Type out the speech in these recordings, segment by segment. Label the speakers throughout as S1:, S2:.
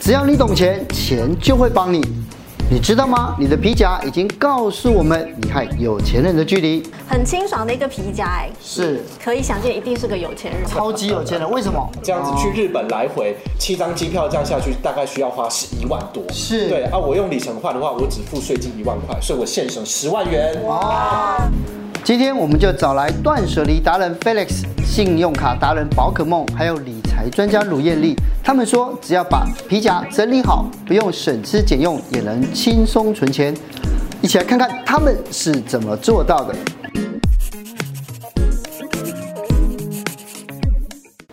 S1: 只要你懂钱，钱就会帮你。你知道吗？你的皮夹已经告诉我们你和有钱人的距离。
S2: 很清爽的一个皮夹，哎，
S1: 是
S2: 可以想见一定是个有钱人。
S1: 超级有钱人，为什么？
S3: 这样子去日本来回七张机票，这样下去大概需要花十一万多。
S1: 是
S3: 对啊，我用里程换的话，我只付税金一万块，所以我现省十万元。
S1: 今天我们就找来断舍离达人 Felix、信用卡达人宝可梦，还有理财专家卢艳丽。他们说，只要把皮夹整理好，不用省吃俭用，也能轻松存钱。一起来看看他们是怎么做到的。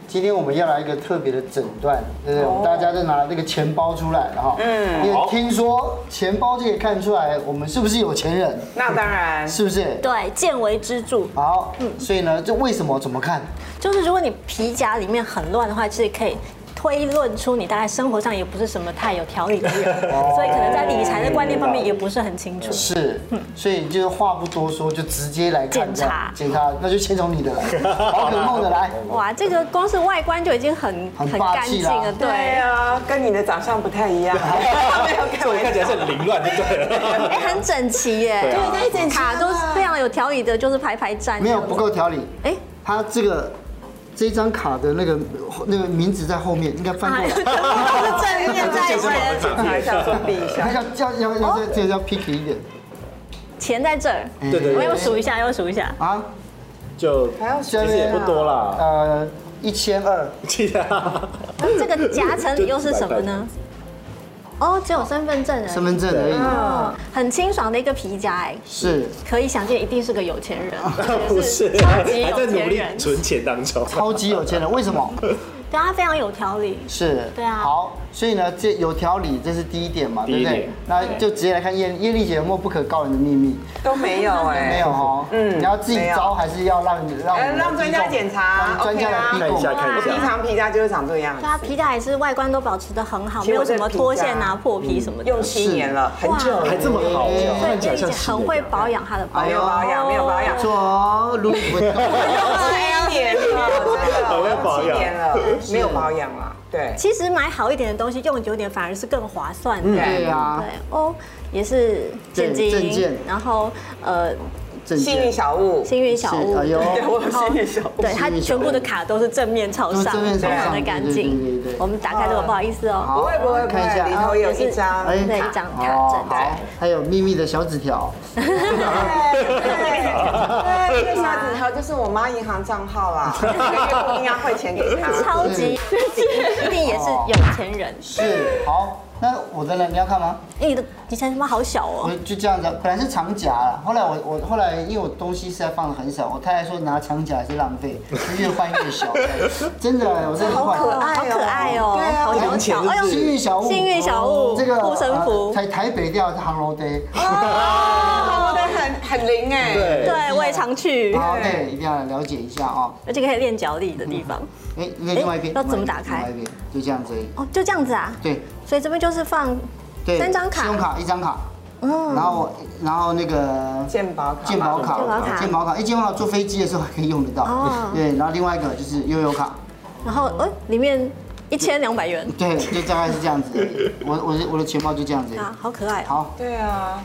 S1: 今天我们要来一个特别的诊断，对不对？我们大家就拿这个钱包出来了哈。嗯。因为听说钱包就可以看出来我们是不是有钱人，
S4: 那当然，
S1: 是不是？
S2: 对，见微知著。
S1: 好，所以呢，这为什么怎么看？
S2: 就是如果你皮夹里面很乱的话，其实可以推论出你大概生活上也不是什么太有条理的人， 所以可能在理财的观念方面也不是很清楚。
S1: 哦是，所以就是话不多说，就直接来看
S2: 检
S1: 这样
S2: 查
S1: 检查，那就先从你的来，宝可梦的来，
S2: 哇，这个光是外观就已经很
S1: 很霸
S2: 干
S1: 气
S2: 净
S1: 啦
S2: 了，
S4: 对
S2: 对。
S4: 啊，跟你的长相不太一样，没有开
S3: 这我看
S4: 玩
S3: 起来
S4: 笑
S3: 是。很凌乱，就对了。
S2: 哎， 很整齐耶，
S3: 对啊
S4: 太整齐了
S2: 卡都是非常有条理的，就是排排站。
S1: 没有不。够条理，
S2: 哎，
S1: 他这个这张卡的那个那个名字在后面，应该翻
S2: 啊
S1: 过来，
S4: 是 正面再帮人检查一下，作弊一
S1: 要
S4: 下。
S1: 要要要要这这个要 picky 一点
S2: 钱在这儿，
S1: 哎
S3: 对对
S2: 我
S3: 对
S2: 又，数一下，又数一下。
S1: 啊，
S3: 就
S4: 还要
S3: 其实也不多啦，
S1: 呃，一千二，
S3: 记得啊。
S2: 这个夹层里又是什么呢？哦，只有身份证而已。
S1: 身份证而已，
S2: 嗯，很清爽的一个皮夹，哎，
S1: 是
S2: 可以想见一定是个有钱人，
S1: 啊
S3: 不是，
S2: 超级
S3: 还在
S2: 有
S3: 努
S2: 钱
S3: 力
S2: 人，
S3: 存钱当中。
S1: 超级有钱人，为什么？
S2: 对啊他非常有条理。
S1: 是，
S2: 对啊
S1: 好，所以呢，这有条理，这是第一点嘛，
S3: 第
S1: 对
S3: 一
S1: 不对
S3: 点？
S1: 那就直接来看叶叶丽姐有没有不可告人的秘密？
S4: 都没有哎，
S1: 没有。哈，嗯，你要自己
S4: 没有
S1: 招还是要让让我
S4: 呃
S1: 们
S4: 让专家
S1: 提供
S4: 检查
S1: 让专家
S4: OK 啊
S1: 来提
S3: 看一下，
S1: 供？
S3: 看一
S4: 我平
S3: 下。
S4: 常皮夹就是长这个样
S2: 对
S4: 子，
S2: 他皮夹也是外观都保持得很好，
S4: 其
S2: 没
S4: 实
S2: 有
S4: 我
S2: 什
S4: 这
S2: 么
S4: 皮
S2: 脱
S4: 夹嗯
S2: 线啊、破皮什么的。
S4: 用七年了，很久了
S3: 还这么好，
S4: 嗯
S2: 所以
S3: 看起
S2: 叶姐
S3: 来像新的
S2: 很
S3: 一
S2: 会
S3: 样
S2: 保养她的包，
S4: 没有保哎养，没有保养，
S1: 左路不动
S4: 七年了，
S2: 哦
S4: 真的，
S3: 会保养
S4: 七年了，没有保养啊，对。
S2: 其实买好一点的东西用久点反而是更划算
S4: 嗯
S2: 的。
S1: 对啊
S2: 对，哦，也是现
S1: 对证件
S2: 金，然后呃，
S1: 证
S4: 幸运
S1: 件
S4: 小物，
S2: 幸运小
S1: 是
S2: 屋，
S1: 哎呦
S4: 对我有
S2: 然后
S4: 幸运小屋
S2: 对，它全部的卡都是正面朝
S1: 都是
S2: 上，
S1: 哦正面朝
S2: 非
S1: 上
S2: 常的干
S1: 对对对
S2: 净
S1: 对对。
S2: 我们打开这个，不好意思哦，
S4: 不会不会不
S1: 看一下
S4: 会，里头有
S2: 就是
S4: 一张
S1: 哎
S2: 对一张
S1: 哦
S2: 卡证
S1: 好
S2: 对。
S1: 还有秘密的小纸条，
S4: 对，这个小纸条就是我妈银行账号啦，每月固定要汇钱给她。
S2: 超级，一定也是有钱人。
S1: 是好。那我的呢？你要看吗？
S2: 哎你的你钱包好小
S1: 我
S2: 哦，
S1: 就这样子，本来是长夹啦，后来我我后来因为我东西实在放的很少，我太太说拿长夹也是浪费，越换越小，真的，我真的换。
S2: 好可爱哦，
S4: 对啊
S2: 好小
S3: 零钱
S2: 巧
S3: 是不。是
S1: 幸
S2: 呦
S1: 运小物，哦
S2: 幸运小物，
S1: 这个
S2: 护身符。啊
S1: 在台北调是航楼街，
S4: 哦，对，很很灵哎。
S3: 对，
S2: 对，我也常去，
S1: 好，对，一定要来了解一下啊。
S2: 而且可以练脚力的地方。
S1: 哎，那另外一边
S2: 哎要怎么打开
S1: 另外一边就这样子而已。
S2: 哦，就这样子啊。
S1: 对
S2: 所以这边就是放，
S1: 对，
S2: 三张卡
S1: 信用卡一张卡，
S2: 嗯，
S1: 然后我然后那个
S4: 健保卡，
S1: 健保
S2: 健保卡
S1: 卡，健保卡，哎，健保卡坐飞机的时候还可以用得
S2: 哦
S1: 到。对，然后另外一个就是悠游卡，
S2: 然后哎，里面一千两百元
S1: 对，就大概是这样子而已。我我的我的钱包就这样子而已。
S2: 啊，好可爱哦。
S1: 好，
S4: 对啊，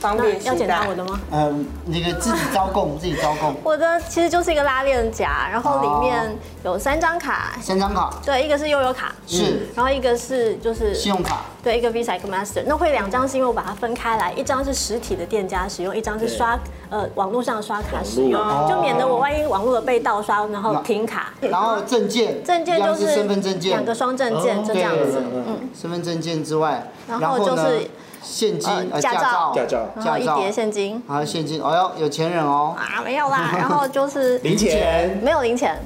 S4: 方
S2: 那
S4: 便携
S2: 要
S4: 带
S2: 检查我的吗？
S1: 嗯，那个自己招供，自己招供，
S2: 我的其实就是一个拉链夹，然后里
S1: 哦
S2: 面有三张卡，
S1: 三张卡
S2: 对，一个是悠游卡，嗯
S1: 是
S2: 然后一个是就是
S1: 信用卡。
S2: 对，一个 Visa 一个 Master，那会两张是因为我把它分开来，一张是实体的店家使用，一张是刷呃网络上刷卡使用，
S1: 啊
S3: 网
S2: 就免得我万一网络的被盗刷，然后停卡。
S1: 然后证件，
S2: 证件
S1: 一
S2: 就
S1: 样
S2: 是
S1: 身份证件，哦
S2: 两个双证件，就这
S1: 对
S2: 样子。
S1: 嗯，身份证件之外，
S2: 然后
S1: 呢
S2: 就是
S1: 现金、
S2: 呃
S1: 呃
S2: 驾照
S3: 驾照
S2: 然后一叠现金
S1: 还有现金，哎呦，有钱人哦，
S2: 啊，没有啦，然 后就是
S3: 零钱，
S2: 没有零钱，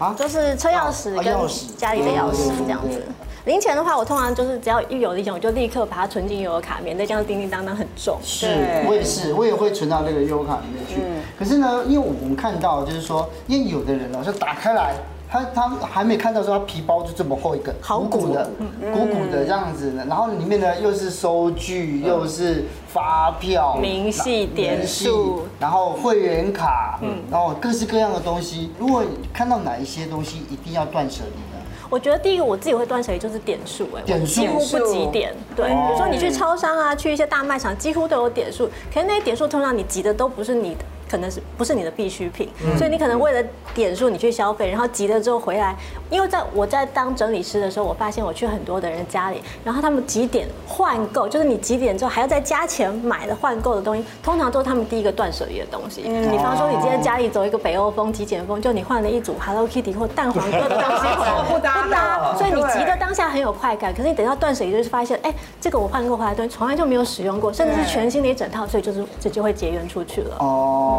S1: 啊，
S2: 就是车钥匙
S1: 啊
S2: 跟
S1: 钥匙嗯
S2: 家里的钥匙
S1: 对对对
S2: 这样子
S1: 对。
S2: 零钱的话，我通常就是只要一有零钱，我就立刻把它存进悠游卡，免得这样叮叮当当很重。
S1: 是
S4: 对，
S1: 我也
S2: 嗯
S1: 是，我也会存到那个优卡里面去。可是呢，因为我们看到就是说，因为有的人哦，就打开来。他他还没看到说他皮包就这么厚一个，
S2: 好嗯
S1: 鼓鼓的，鼓鼓的这样子呢，然后里面呢又是收据，又是发票、
S2: 明细点数嗯
S1: 明细然后会员卡，然后各式各样的东西。如果看到哪一些东西，一定要断舍离呢？
S2: 我觉得第一个我自己会断舍离就是点数，哎，我
S1: 点数哦
S2: 几乎不集点。对，比如说你去超商啊，去一些大卖场，几乎都有点数，可是那些点数通常你集的都不是你的。可能是不是你的必需品，
S1: 嗯
S2: 所以你可能为了点数你去消费，然后集了之后回来，因为在我在当整理师的时候，我发现我去很多的人家里，然后他们几点换购，就是你几点之后还要再加钱买的换购的东西，通常都是他们第一个断舍离的东西。你比方说你今天家里走一个北欧风极简风，就你换了一组 Hello Kitty 或蛋黄 哥的东西 回来，
S4: 不搭的
S2: 所以你
S4: 对
S2: 集的当下很有快感，可是你等到断舍离就是发现，哎，这个我换过回来的东西从来就没有使用过，甚至是全新的一整套，所以就是这就会结缘出去了。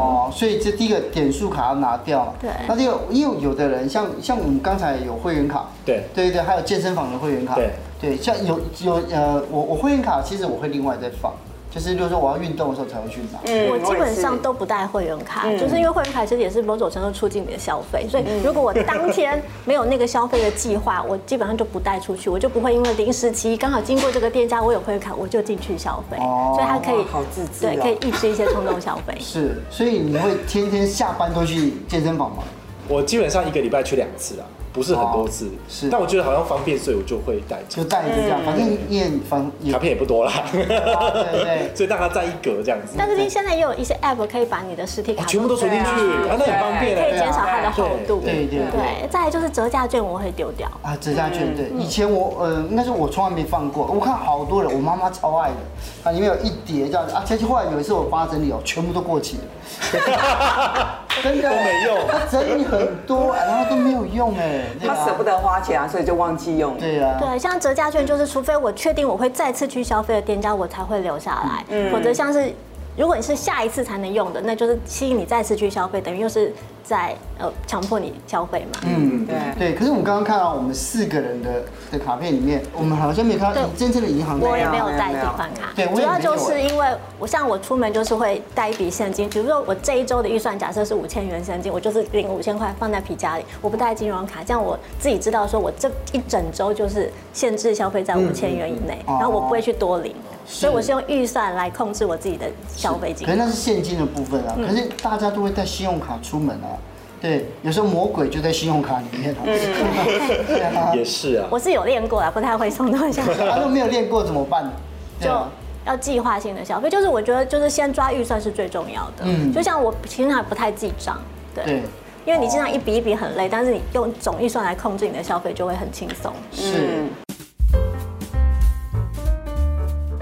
S1: 哦，所以这第一个点数卡要拿掉嘛。
S2: 对
S1: 那第二，因为有的人像像我们刚才有会员卡，
S3: 对
S1: 对对，还有健身房的会员卡，
S3: 对
S1: 对，像有有呃，我我会员卡其实我会另外再放，就是就是说我要运动的时候才会去买。
S4: 嗯
S2: 我基本上
S4: 我也是嗯
S2: 都不带会员卡，就是因为会员卡其实也是某种程度促进你的消费，所以如果我当天没有那个消费的计划，我基本上就不带出去，我就不会因为零时期刚好经过这个店家，我有会员卡我就进去消费，
S1: 哦。
S2: 所以它可以
S4: 哇好自制哦
S2: 对，可以抑制一些冲动消 费
S1: 是，所以你会天天下班都去健身房吗？
S3: 我基本上一个礼拜去两次啦，不是很多次。
S1: 是
S3: 但我觉得好像方便，所以我就会带着
S1: 就带着这样，反正你也反也
S3: 卡片也不多啦，
S1: 对对
S3: 所以大概占一格这样子。
S2: 但是现在也有一些 app 可以把你的实体
S3: 哦
S2: 卡
S3: 全部都存进去，
S4: 对啊
S3: 啊，那很方便
S2: 可以
S3: 嘞。
S2: 减少它的厚度。
S1: 对对对
S2: 对，再来就是折价券我会丢掉。
S1: 啊，折价
S3: 嗯
S1: 券对，以前我呃，应该是我从来没放过，我看好多人，我妈妈超爱的，啊，里面有一叠这样子啊，其实后来有一次我帮她整理哦，全部都过期了， 真的
S3: 都没用
S1: 她整理很多，啊然后都没有用哎，对啊
S4: 他舍不，得花钱啊，所以就忘记用。
S1: 对啊，
S2: 对，像折价券就是，除非我确定我会再次去消费的店家，我才会留下来。
S1: 嗯
S2: 否则像是，如果你是下一次才能用的，那就是吸引你再次去消费，等于又是在呃强迫你消费嘛。
S1: 嗯，
S4: 对
S1: 对，可是我们刚刚看到我们四个人的的卡片里面，我们好像没有看到
S2: 对
S1: 真正的银行
S2: 我
S1: 那
S2: 也
S1: 样
S2: 没有带
S4: 没有
S2: 地方卡，
S1: 对我也
S2: 主要
S1: 没有
S2: 就是因为我像我出门就是会带一笔现金，比如说我这一周的预算假设是五千元现金，我就是领五千块放在皮夹里，我不带金融卡，这样我自己知道说我这一整周就是限制消费在五千元以内，
S1: 嗯哦
S2: 然后我不会去多领，
S1: 是
S2: 所以我是用预算来控制我自己的消费金
S1: 可。是那是现金的部分啊，可是大家都会带信用卡出门啊，对，有时候魔鬼就在信用卡里面啊， 对啊，
S3: 也是啊，
S2: 我是有练过啦，不太会冲动 消 费。
S1: 他啊都没有练过怎么办？对
S2: 就
S1: 啊
S2: 要计划性的消费，就是我觉得就是先抓预算是最重要的。
S1: 嗯
S2: 嗯，就像我平常不太记账，对，
S1: 对
S2: 因为你经常一笔一笔很累，但是你用总预算来控制你的消费就会很轻松。
S1: 是。
S2: 嗯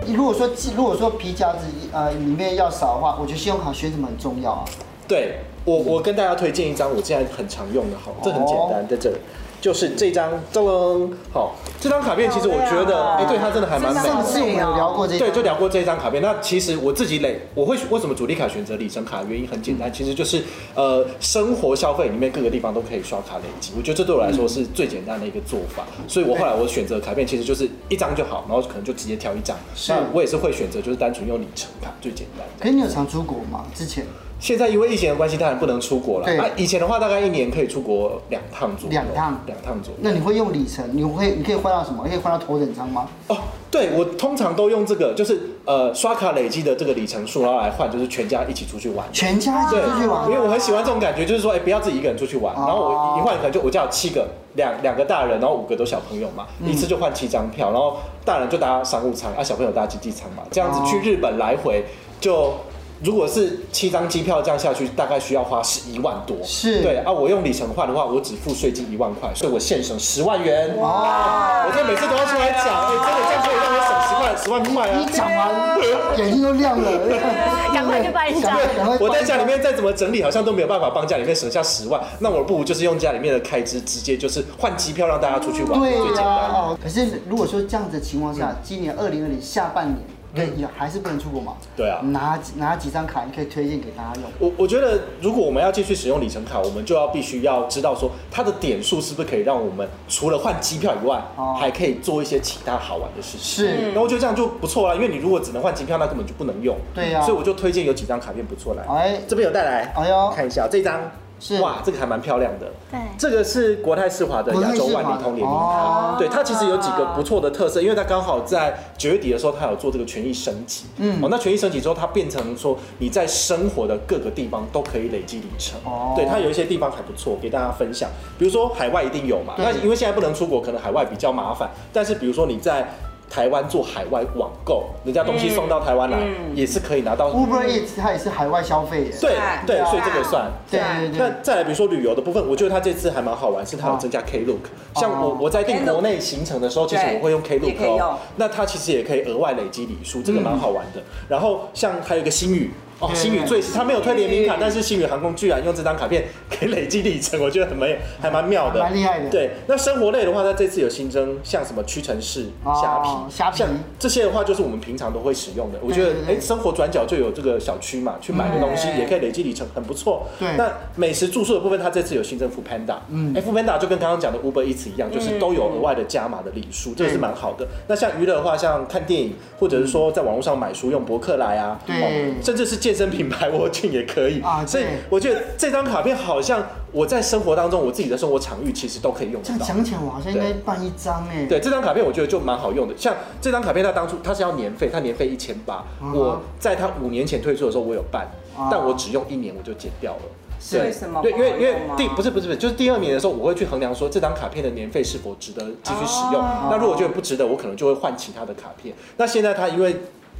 S1: 如果说记如果说皮夹子呃里面要少的话，我觉得信用卡选什么很重要啊。
S3: 对我我跟大家推荐一张我现在很常用的，好，这很简
S2: 哦
S3: 单，在这里。就是这张，噔噔，好，这张卡片其实我觉
S4: 漂亮
S3: 得，
S4: 啊
S3: 哎，对它真的还蛮美
S4: 真
S1: 上
S4: 的
S3: 的。
S1: 次我们有聊过这
S3: 对，就
S1: 个，
S3: 聊过这张卡片。那其实我自己累，我会为什么主力卡选择里程卡，原因很简
S1: 嗯
S3: 单，其实就是呃，生活消费里面各个地方都可以刷卡累积。我觉得这对我来说是最简单的一个做法，
S1: 嗯
S3: 所以我后来我选择卡片其实就是一张就好，然后可能就直接挑一张。
S1: 是
S3: 那我也是会选择就是单纯用里程卡最简单。
S1: 可是你有常出国吗？之前
S3: 现在因为疫情的关系，当然不能出国了。
S1: 对
S3: 啊，以前的话大概一年可以出国两趟左右。
S1: 两趟
S3: 两趟左右。
S1: 那你会用里程？你会你可以换到什么？可以换到头等舱吗？
S3: 哦，对我通常都用这个，就是呃刷卡累积的这个里程数，然后来换，就是全家一起出去玩。
S1: 全家一起
S3: 哦对，啊
S1: 出去玩
S3: 因？为我很喜欢这种感觉，就是说，哎、不要自己一个人出去玩。
S1: 哦
S3: 然后我一一换，可能就我家有七个，两两个大人，然后五个都小朋友嘛，一次就换七张票，然后大人就搭商务舱，啊，小朋友搭经济舱嘛，这样子
S1: 哦
S3: 去日本来回就。如果是七张机票这样下去，大概需要花十一万多。
S1: 是
S3: 对啊，我用里程换的话，我只付税金一万块，所以我现省十万元。
S1: 哇
S3: 哇！我这每次都要出来讲，哎、真的这样可以让我省十万十万块啊
S1: 你！讲完眼睛都亮了，
S2: 赶快去办一张
S1: 赶快
S3: 我在家里面再怎么整理，好像都没有办法帮家里面省下十万。那我不如就是用家里面的开支，直接就是换机票让大家出去玩，最
S1: 嗯对
S3: 简
S1: 呀、
S3: 单。
S1: 哦，可是如果说这样子的情况
S3: 嗯
S1: 下，今年二零二零下半年，对，也还是不能出国嘛？
S3: 对啊
S1: 拿几拿几张卡，你可以推荐给大家用。
S3: 我我觉得，如果我们要继续使用里程卡，我们就要必须要知道说，它的点数是不是可以让我们除了换机票以外，
S1: 哦
S3: 还可以做一些其他好玩的事情。嗯
S1: 是，
S3: 那我觉得这样就不错啦，啊因为你如果只能换机票，那根本就不能用。
S1: 对呀啊
S3: 所以我就推荐有几张卡片不错来。
S1: 哎
S3: 这边有带来，
S1: 哎呦
S3: 看一下这张，
S1: 是
S3: 哇，这个还蛮漂亮的。
S2: 对
S3: 这个是国泰世华的亚洲万里通联名
S1: 哦
S3: 卡，对它其实有几个不错的特色，因为它刚好在九月底的时候，它有做这个权益升级，嗯，哦，那权益升级之后，它变成说你在生活的各个地方都可以累积里程，
S1: 哦
S3: 对，它有一些地方还不错，给大家分享，比如说海外一定有嘛，
S1: 对
S3: 那因为现在不能出国，可能海外比较麻烦，但是比如说你在。台湾做海外网购，人家东西送到台湾来、也是可以拿到。
S1: 嗯 Uber 啊 Eats 它也是海外消费耶。
S3: 嗯对
S4: 对
S3: 对，所以这个
S4: 对
S3: 算
S1: 对对
S3: 那
S1: 对，
S3: 再来，比如说旅游的部分，我觉得它这次还蛮好玩，是它有增加 Klook。像我
S1: 哦
S3: 我在订
S4: Klook
S3: 国内行程的时候，其实
S4: 对
S3: 我会用
S4: 也可以
S3: Klook
S4: 用
S3: 哦。那它其实也可以额外累积礼数，这个蛮好玩的。然后像还有一个星宇。哦，
S1: 嗯对
S3: 星宇最它没有推联名卡
S4: 嗯，
S3: 但是星宇航空居然用这张卡片可以累积里程，我觉得很蛮还蛮妙的，
S1: 啊蛮厉害的
S3: 对，那生活类的话，它这次有新增像什么屈臣氏、
S1: 哦
S3: 虾皮、
S1: 虾皮
S3: 像这些的话，就是我们平常都会使用的。我觉得
S1: 对对，对嗯
S3: 哎，生活转角就有这个小区嘛，去买个东西
S4: 对
S3: 也可以累积里程，很不错。
S1: 对
S3: 那美食住宿的部分，它这次有新增 f o o Panda，
S1: 嗯
S3: 嗯，哎 f o o Panda 就跟刚刚讲的 Uber Eats 一样，就是都有额外的加码的礼数，这个是蛮好的。那像娱乐的话，像看电影，或者是说在网络上买书用博客来啊，
S1: 对
S3: 甚至是健身品牌我俊也可以
S1: 啊
S3: 所以
S1: 对
S3: 我觉得这张卡片好像我在生活当中，我自己的生活场域其实都可以用
S1: 这样
S3: 得到。
S1: 讲起来，我好像应该
S3: 对
S1: 办一张哎。
S3: 对，这张卡片我觉得就蛮好用的，像这张卡片它当初它是要年费，它年费一千八，
S1: 嗯哼
S3: 我在它五年前推出的时候我有办
S1: 啊，
S3: 但我只用一年我就剪掉了。
S4: 是
S3: 对
S4: 为什么
S3: 对，因为因为
S4: 不好用吗
S3: 第不是不是不是，就是第二年的时候，我会去衡量说这张卡片的年费是否值得继续使用。
S4: 哦
S3: 那如果觉得不值得，我可能就会换其他的卡片。那现在它因为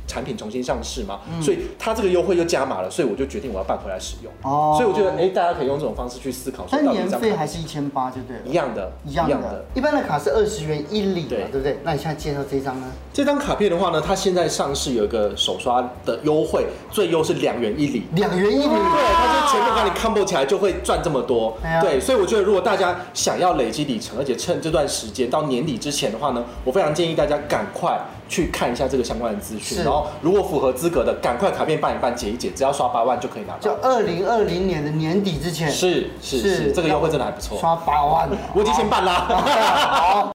S3: 产品重新上市嘛，所以它这个优惠又加码了，所以我就决定我要办回来使用。
S1: 哦
S3: 所以我觉得，哎，大家可以用这种方式去思考，说
S1: 但
S3: 到底
S1: 年
S3: 这张
S1: 费
S3: 卡
S1: 还
S3: 片
S1: 是一千八就对了
S3: 一。样的，
S1: 一样的，一般的卡是二十元一里嘛，
S3: 对
S1: 对不对？那你现在介绍这张呢？
S3: 这张卡片的话呢，它现在上市有一个首刷的优惠，最优是两元一里。
S1: 两元一里，
S3: 对，它就前面把你 combo 起来就会赚这么多
S1: 哎呀。
S3: 对，所以我觉得如果大家想要累积里程，而且趁这段时间到年底之前的话呢，我非常建议大家赶快去看一下这个相关的资
S1: 是
S3: 讯，然后如果符合资格的，赶快卡片办一办，解一解，只要刷八万就可以拿
S1: 就
S3: 到。
S1: 二零二零年的年底之前，
S3: 是是是，这个优惠真的还不错。
S1: 刷哦八万，
S3: 我已经先办 啦。
S1: 好，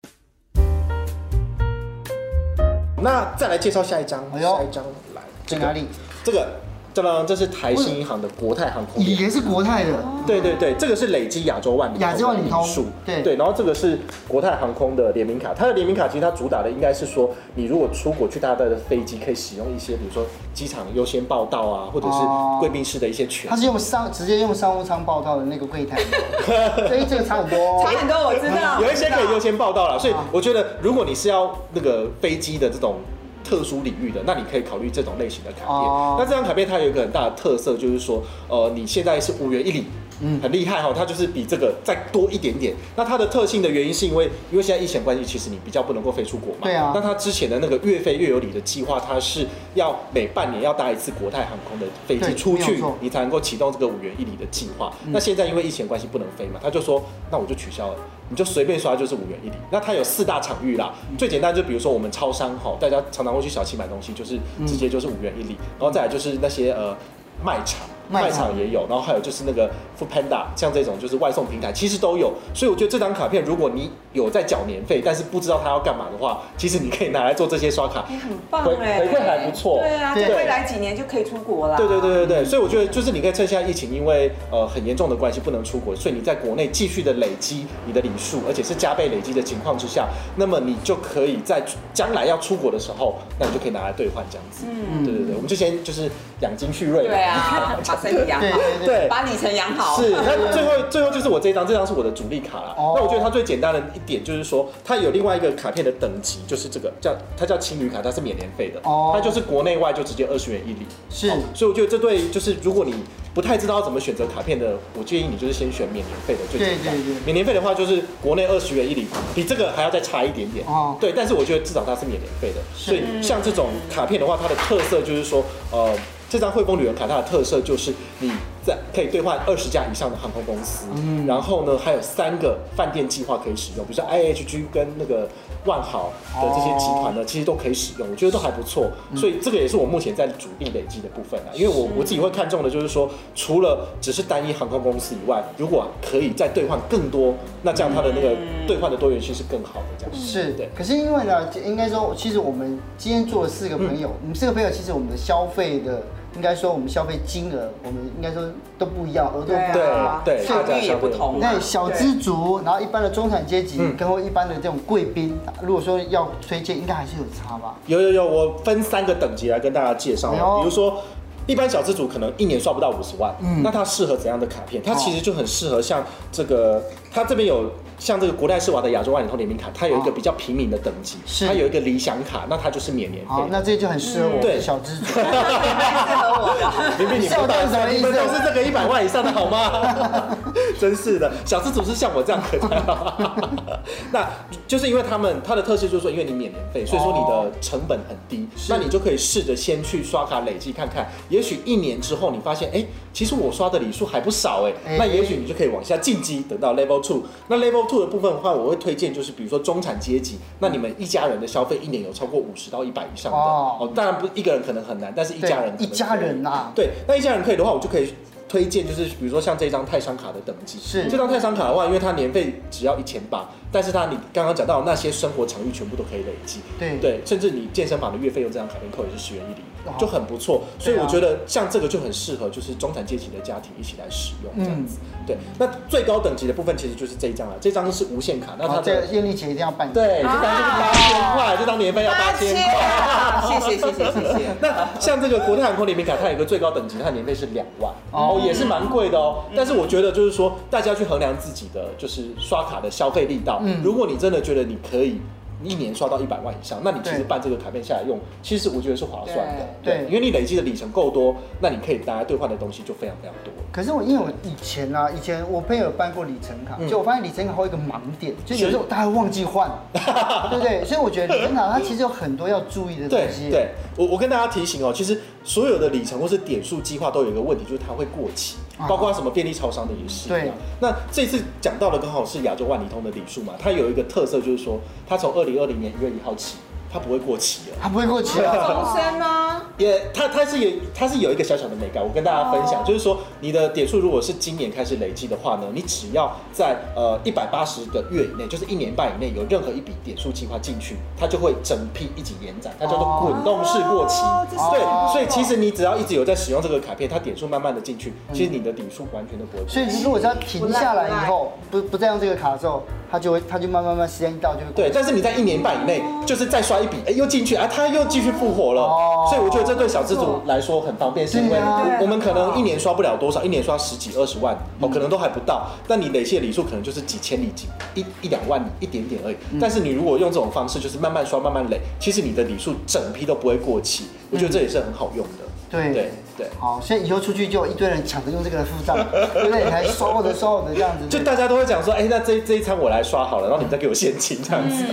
S3: 那再来介绍下一张，
S1: 哎呦
S3: 下一张来，
S1: 在哪里？
S3: 这个，这个这是台新银行的国泰航空联盟。
S1: 也是国泰的，
S3: 对对对，这个是累积亚洲万里
S1: 哦亚洲万里通
S3: 数，
S1: 对
S3: 对，然后这个是国泰航空的联名卡，它的联名卡其实它主打的应该是说，你如果出国去搭的飞机，可以使用一些比如说机场优先报到啊，或者是
S1: 哦
S3: 贵宾室的一些权啊
S1: 他。是用商直接用商务舱报到的那个柜台，所以这个差很多
S4: 啊差
S1: 哦。
S4: 很多，我知道。
S3: 有一些可以优先报到了，所以
S1: 啊
S3: 我觉得如果你是要那个飞机的这种特殊领域的，那你可以考虑这种类型的卡片。
S1: 哦
S3: 那这张卡片它有一个很大的特色，就是说，呃，你现在是五元一里。
S1: 嗯
S3: 嗯，很厉害哈、哦，它就是比这个再多一点点。那它的特性的原因是因为，因为现在疫情关系，其实你比较不能够飞出国嘛。
S1: 对啊
S3: 那它之前的那个越飞越有理的计划，它是要每半年要搭一次国泰航空的飞
S1: 对
S3: 机出
S1: 没有
S3: 去
S1: 错，
S3: 你才能够启动这个五元一里的计划。那现在因为疫情关系不能飞嘛，他就说那我就取消了，你就随便刷就是五元一里。那它有四大场域啦，最简单就比如说我们超商哈，大家常常会去小七买东西，就是直接就是五元一里，然后再来就是那些呃卖场。
S1: 卖
S3: 卖
S1: 场
S3: 场也有，然后还有就是那个 Food Panda，像这种就是外送平台，其实都有。所以我觉得这张卡片，如果你有在缴年费，但是不知道它要干嘛的话，其实你可以拿来做这些刷卡，
S4: 哎很棒
S3: 回
S4: 哎，
S3: 回馈还不错。
S4: 对啊，
S1: 对
S4: 这未来几年就可以出国啦。
S3: 对对对对对，所以我觉得就是你可以趁现在疫情，因为呃很严重的关系不能出国，所以你在国内继续的累积你的礼数，而且是加倍累积的情况之下，那么你就可以在将来要出国的时候，那你就可以拿来兑换这样子。
S1: 嗯
S3: 嗯，对对对，我们就先就是养精蓄锐。
S4: 对。啊，把身体养
S1: 对
S4: 好，
S1: 对对，
S3: 对
S4: 把里程养好。
S3: 是，那最后最后就是我这一张，这张是我的主力卡啦。
S1: 哦
S3: 那我觉得它最简单的一点就是说，它有另外一个卡片的等级，就是这个叫它叫青旅卡，它是免年费的，
S1: 哦
S3: 它就是国内外就直接二十元一里。
S1: 是
S3: 哦所以我觉得这对就是如果你不太知道怎么选择卡片的，我建议你就是先选免年费的最简单。
S1: 对对对
S3: 免年费的话就是国内二十元一里，比这个还要再差一点点。
S1: 哦
S3: 对，但是我觉得至少它是免年费的，所以像这种卡片的话，它的特色就是说，呃，这张汇丰旅游卡它的特色就是你在可以兑换二十家以上的航空公司，
S1: 嗯
S3: 然后呢还有三个饭店计划可以使用，比如说 IHG 跟那个万豪的这些集团呢，其实都可以使用，我觉得都还不错，
S1: 嗯
S3: 所以这个也是我目前在主力累积的部分啊，因为我我自己会看中的就是说，除了只是单一航空公司以外，如果可以再兑换更多，那这样它的那个兑换的多元性是更好的，这样
S1: 嗯是
S3: 对。
S1: 可是因为呢，应该说，其实我们今天做了四个朋友，我们四个朋友其实我们的消费的应该说我们消费金额，我们应该说都不一样，额度不一样。
S3: 对
S4: 啊
S3: 对
S4: 效率也不同啊嘛。
S1: 那小资族，然后一般的中产阶级
S3: 嗯，
S1: 跟或一般的这种贵宾，如果说要推荐，应该还是有差吧？
S3: 有有有，我分三个等级来跟大家介绍
S1: 哎呦
S3: 哦。比如说，一般小资主可能一年刷不到五十万，嗯，那它适合怎样的卡片？它
S1: 哦
S3: 其实就很适合像这个，它这边有像这个国泰世华的亚洲万里通联名卡，它有一个
S1: 哦
S3: 比较平民的等级，
S1: 是
S3: 它有一个理想卡，那它就是免年费
S1: 好，。那这就很适合我
S3: 对
S1: 们小资族。
S4: 适合我 的。
S3: 明明你
S1: 笑
S3: 们
S1: 到
S3: 大
S1: 底什么意
S3: 你
S1: 思
S3: 们都是这个一百万以上的好 吗？真是的，小资主是像我这样可才好。 那就是因为他们它的特色就是说，因为你免年费，所以说你
S1: 哦
S3: 的成本很低，那你就可以试着先去刷卡累积看看，也许一年之后你发现，哎、其实我刷的礼数还不少哎、
S1: 哎
S3: 那也许你就可以往下晋级，等到 Level Two。那 Level Two 的部分的话，我会推荐就是比如说中产阶级，那你们一家人的消费一年有超过五十到一百以上的
S1: 哦
S3: 哦，当然不一个人可能很难，但是一
S1: 对
S3: 家人可能
S1: 一家
S3: 可以
S1: 人啊呐
S3: 对，那一家人可以的话，我就可以推荐，就是比如说像这张泰山卡的等级，
S1: 是
S3: 这张泰山卡的话，因为它年费只要一千八，但是它你刚刚讲到的那些生活场域全部都可以累积，
S1: 对
S3: 对，甚至你健身房的月费用这张卡片扣也是十元一
S1: 哇
S3: 厘，就很不错。所以我觉得像这个就很适合就是中产阶级的家庭一起来使用这样子。
S1: 嗯
S3: 对，那最高等级的部分其实就是这一张了，这张是无限卡，那它
S1: 好，哦这个
S3: 的
S1: 艳丽姐一定要办。
S3: 对，这张就是八
S4: 啊
S3: 千块，这张年费要八千块。
S4: 谢谢谢谢谢谢。
S3: 那像这个国泰航空联名卡，它有一个最高等级，它的年费是两万，
S1: 哦
S3: 哦，也是蛮贵的哦。
S4: 嗯
S3: 但是我觉得就是说，大家去衡量自己的就是刷卡的消费力道。
S1: 嗯
S3: 如果你真的觉得你可以。一年刷到一百万以上，那你其实
S1: 对
S3: 办这个卡片下来用，其实我觉得是划算的，
S1: 对对
S3: 因为你累积的里程够多，那你可以拿来兑换的东西就非常非常多。
S1: 可是我因为我以前啊，以前我朋友有办过里程卡，
S3: 嗯
S1: 就我发现里程卡会有一个盲点，就有
S3: 是
S1: 时候他会忘记 换，对不对？所以我觉得里程卡它其实有很多要注意的东
S3: 对
S1: 西。
S3: 对，我我跟大家提醒哦，其实所有的里程或是点数计划都有一个问题，就是它会过期，
S1: 啊
S3: 包括什么便利超商的也是。
S1: 对。
S3: 那这次讲到的刚好是亚洲万里通的礼数嘛，它有一个特色就是说，它从二零二零年一月一号起，它不会过期了。
S1: 它不会过期
S4: 终
S1: 啊。
S4: 身吗？
S3: 也，它它是有它是有一个小小的美感，我跟大家分享，就是说你的点数如果是今年开始累积的话呢，你只要在呃一百八十个月以内，就是一年半以内有任何一笔点数计划进去，它就会整批一起延展，它叫做滚动式过期。
S4: 哦这是
S3: 对
S1: 哦，
S3: 所以其实你只要一直有在使用这个卡片，它点数慢慢的进去，其实你的点数完全都不会过
S1: 所
S3: 期。
S1: 以如果只要停下来以后，不不再用这个卡的时候，它就会它就慢慢慢慢时间一到就会过期
S3: 对，但是你在一年半以内，就是再刷一笔，哎，又进去啊，它又继续复活了。
S1: 哦
S3: 所以我觉得这对小资主来说很方便，是因为
S1: 对啊
S3: 我我们可能一年刷不了多少，一年刷十几二十万，哦，可能都还不到。但你累计的礼数可能就是几千里、几一一两万里一点点而已。
S1: 嗯
S3: 但是你如果用这种方式，就是慢慢刷、慢慢累，其实你的礼数整批都不会过期。我觉得这也是很好用的。
S1: 嗯对
S3: 对对。
S1: 好，所以以后出去就有一堆人抢着用这个来付 账，对不对？还收我的收我的这样子。
S3: 就大家都会讲说，哎、那这这一餐我来刷好了，然后你再给我现金这样子。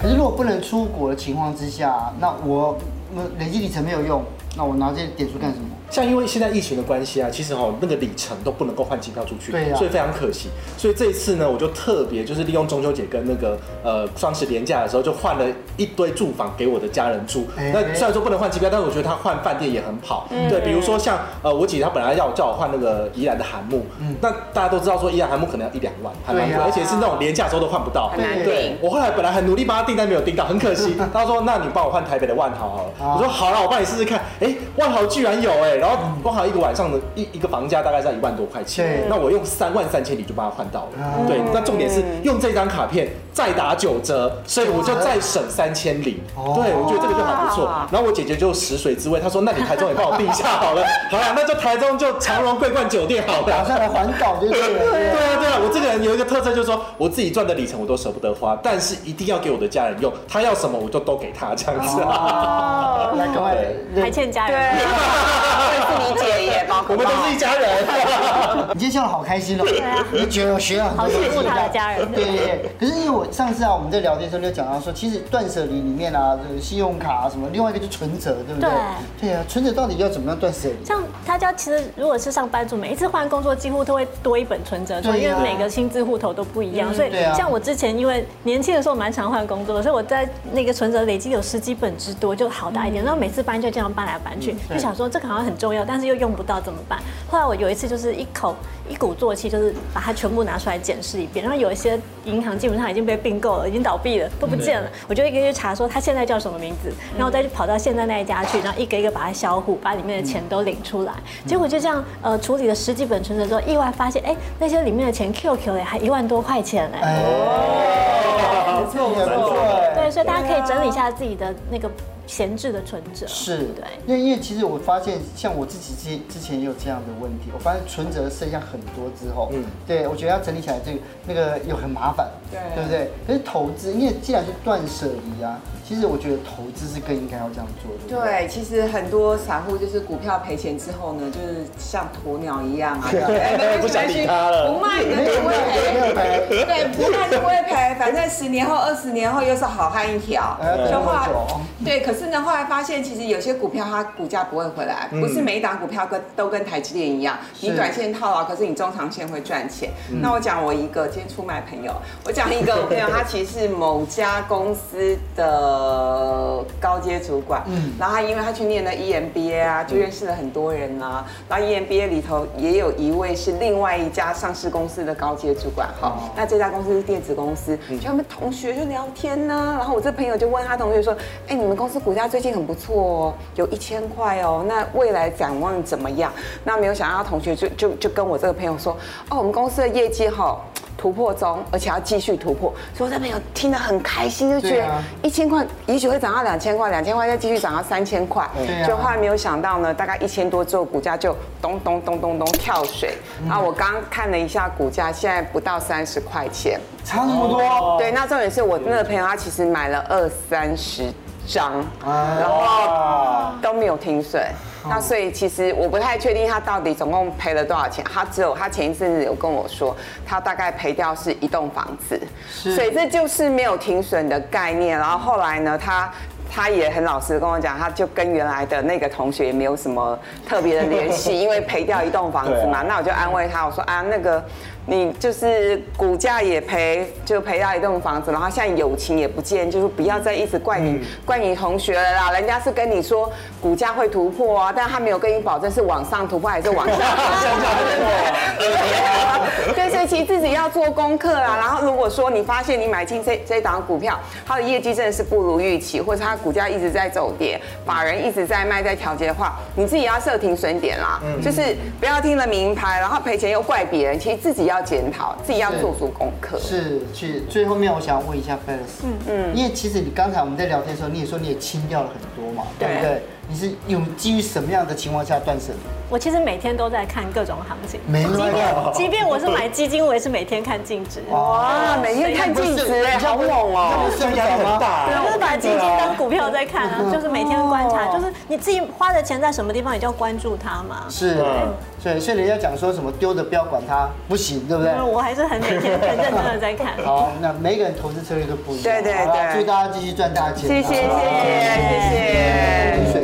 S1: 可是如果不能出国的情况之下，那我我累积里程没有用，那我拿这些点数干什么？
S3: 像因为现在疫情的关系啊，其实哈、那个里程都不能够换机票出去，
S1: 对呀
S3: 所以非常可惜。所以这一次呢，我就特别就是利用中秋节跟那个呃双十连假的时候，就换了一堆住房给我的家人住。
S1: 哎嗯
S3: 那虽然说不能换机票，但是我觉得他换饭店也很好。对，比如说像呃我姐她本来要叫我换那个宜兰的韩木，那大家都知道说宜兰韩木可能要一两万，还蛮
S1: 嗯对
S3: 贵，
S1: 呀
S3: 而且是那种廉价时候都换不到。
S4: 很难
S3: 对
S4: 订
S3: 我后来本来很努力帮他订，但没有订到，很 可惜。他说：“那你帮我换台北的万豪好了。
S1: 啊
S3: 我说：“好了，我帮你试试看。”哎，万豪居然有哎、然后万豪一个晚上的一一个房价大概在一万多块钱
S1: 嗯对，
S3: 那我用三万三千里就帮他换到
S1: 啊
S3: 了。对，那重点是用这张卡片再打九折，所以我就再省三千里。
S1: 哦
S3: 对，我觉得这个就还不错
S4: 哇。
S3: 然后我姐姐就食髓知味，她说：“那你台中也帮我订一下好了。”好了，那就台中就长荣桂冠酒店好了
S1: 打。算来环岛就对了。
S3: 对啊，对啊，我这个人有一个特色，就是说我自己赚的里程我都舍不得花，但是一定要给我的家人用，他要什么我就都给他这样子。
S1: 哦来，赶快
S2: 还欠家
S4: 对，
S2: 人。
S4: 这是你姐耶，包
S3: 我
S4: 括
S3: 们都是一家人。
S1: 你今天笑得好开心哦，你觉得我学了很多东西
S2: 啊
S1: 啊
S2: 好羡慕他的家人
S1: 对对对。可是因为我上次啊，我们在聊天的时候就讲到说，其实断舍离里面啊，这个信用卡啊什么，另外一个就存折，对不对？
S2: 对。
S1: 啊，存折到底要怎么样断舍离？
S2: 像他家其实如果是上班族，每一次换工作几乎都会多一本存折，所
S1: 对
S2: 以因
S1: 啊
S2: 为每个薪资户头都不一样，所以
S1: 对啊
S2: 像我之前因为年轻的时候蛮常换工作的，所以我在那个存折累积有十几本之多，就好大一点。然后每次搬就这样搬来班去，就想说这个好像很重要，但是又用不到怎么办？后来我有一次就是一口一鼓作气，就是把它全部拿出来检视一遍，然后有一些银行基本上已经被并购了，已经倒闭了，都不见了。我就一个一个去查说它现在叫什么名字，然后再去跑到现在那一家去，然后一个一个把它销户，把里面的钱都领出来。结果就这样呃处理了十几本存折之后，意外发现哎那些里面的钱 QQ 嘞还一万多块钱嘞。
S1: 哎不错不错，
S2: 对，所以大家可以整理一下自己的那个闲置的存折。
S1: 啊是
S2: 对。
S1: 因为因为其实我发现，像我自己之之前也有这样的问题，我发现存折剩下很多之后，嗯
S3: 嗯，
S1: 对我觉得要整理起来这个那个又很麻烦，
S4: 对
S1: 对不对？可是投资，因为既然是断舍离啊，其实我觉得投资是更应该要这样做的。不，
S4: 对，其实很多散户就是股票赔钱之后呢，就是像鸵鸟一样啊，对不对
S3: 不想理他了
S4: 不卖你
S1: 没
S4: 就
S1: 有
S4: 不
S1: 没
S4: 会
S1: 有没有哎
S4: 赔。
S1: 没有
S4: 对，不卖就不会赔，反正十年后、二十年后又是好汉一条
S1: 哎。
S4: 就
S1: 这
S4: 后
S1: 么久
S4: 来， 对，可是呢，后来发现其实有些股票它股价不会回来，不是每一档股票跟都跟台积电一样，你
S1: 是
S4: 短线套牢，可是你中长线会赚钱。那我讲我一个今天出卖朋友，我讲一个我朋友，他其实是某家公司的高阶主管，嗯，然后他因为他去念了 EMBA 啊，就认识了很多人啊，然后 EMBA 里头也有一位是另外一家上市公司的高阶主管，好，那这家公司是电子公司，
S1: 嗯
S4: 就他们同学就聊天呢、然后我这朋友就问他同学说，哎，你们公司股价最近很不错哦，有一千块哦，那未来展望怎么样？那没有想到他同学就就就跟我这个朋友说，哦，我们公司的业绩哈、突破中，而且要继续突破，所以我这朋友听得很开心，就觉
S1: 对
S4: 得
S1: 啊
S4: 一千块也许会涨到两千块，两千块再继续涨到三千块
S1: 对啊，
S4: 就后来没有想到呢，大概一千多之后，股价就咚咚咚咚咚跳水。啊，我刚刚看了一下股价，现在不到三十块钱。
S1: 差那么多，
S4: 对，那重点是我那个朋友他其实买了二三十张，
S1: 啊
S4: 然后都没有停损。那所以其实我不太确定他到底总共赔了多少钱，他只有他前一阵子有跟我说，他大概赔掉是一栋房子，
S1: 是
S4: 所以这就是没有停损的概念。然后后来呢，他。他也很老实地跟我讲，他就跟原来的那个同学也没有什么特别的 联系，因为赔掉一栋房子
S3: 对
S4: 嘛
S3: 啊。
S4: 那我就安慰他，我说啊，那个你就是股价也赔，就赔掉一栋房子，然后现在友情也不见，就是不要再一直怪
S3: 嗯
S4: 你、怪你同学了啦。人家是跟你说股价会突破啊，但他没有跟你保证是往上突破还是 往下突破。 对，所以其实自己要做功课啦。然后如果说你发现你买进这这档股票，它的业绩真的是不如预期，或者它股价一直在走跌，法人一直在卖在调节的话，你自己要设停损点啦，就是不要听了名牌，然后赔钱又怪别人，其实自己要检讨，自己要做足功课。
S1: 是去最后面，我想问一下 f e l i 嗯嗯，因为其实你刚才我们在聊天的时候，你也说你也清掉了很多嘛，对不
S4: 对
S1: 对？你是有基于什么样的情况下断舍离？
S2: 我其实每天都在看各种行情，
S1: 没有 哦
S2: 即便我是买基金，我也是每天看净值。
S4: 哇，每天看净值哎，好猛哦、
S1: 这样压力很大
S2: 对，啊我就是把基金当股票在看
S1: 嗯
S2: 啊，就是每天观察，
S4: 哦
S2: 就是你自己花的钱在什么地方，你就要关注它嘛。
S1: 是
S3: 嗯，
S1: 所以所以人家讲说什么丢的不要管它，不行，对不对
S2: 但？是
S4: 嗯
S2: 我还是很每天很认真的在看。
S1: 好，那每个人投资策略都不一样，
S4: 对对
S1: 好吧
S4: 对
S1: 祝大家继续赚大钱，
S4: 谢谢谢谢
S1: 好吧
S4: 谢谢。
S1: 顺水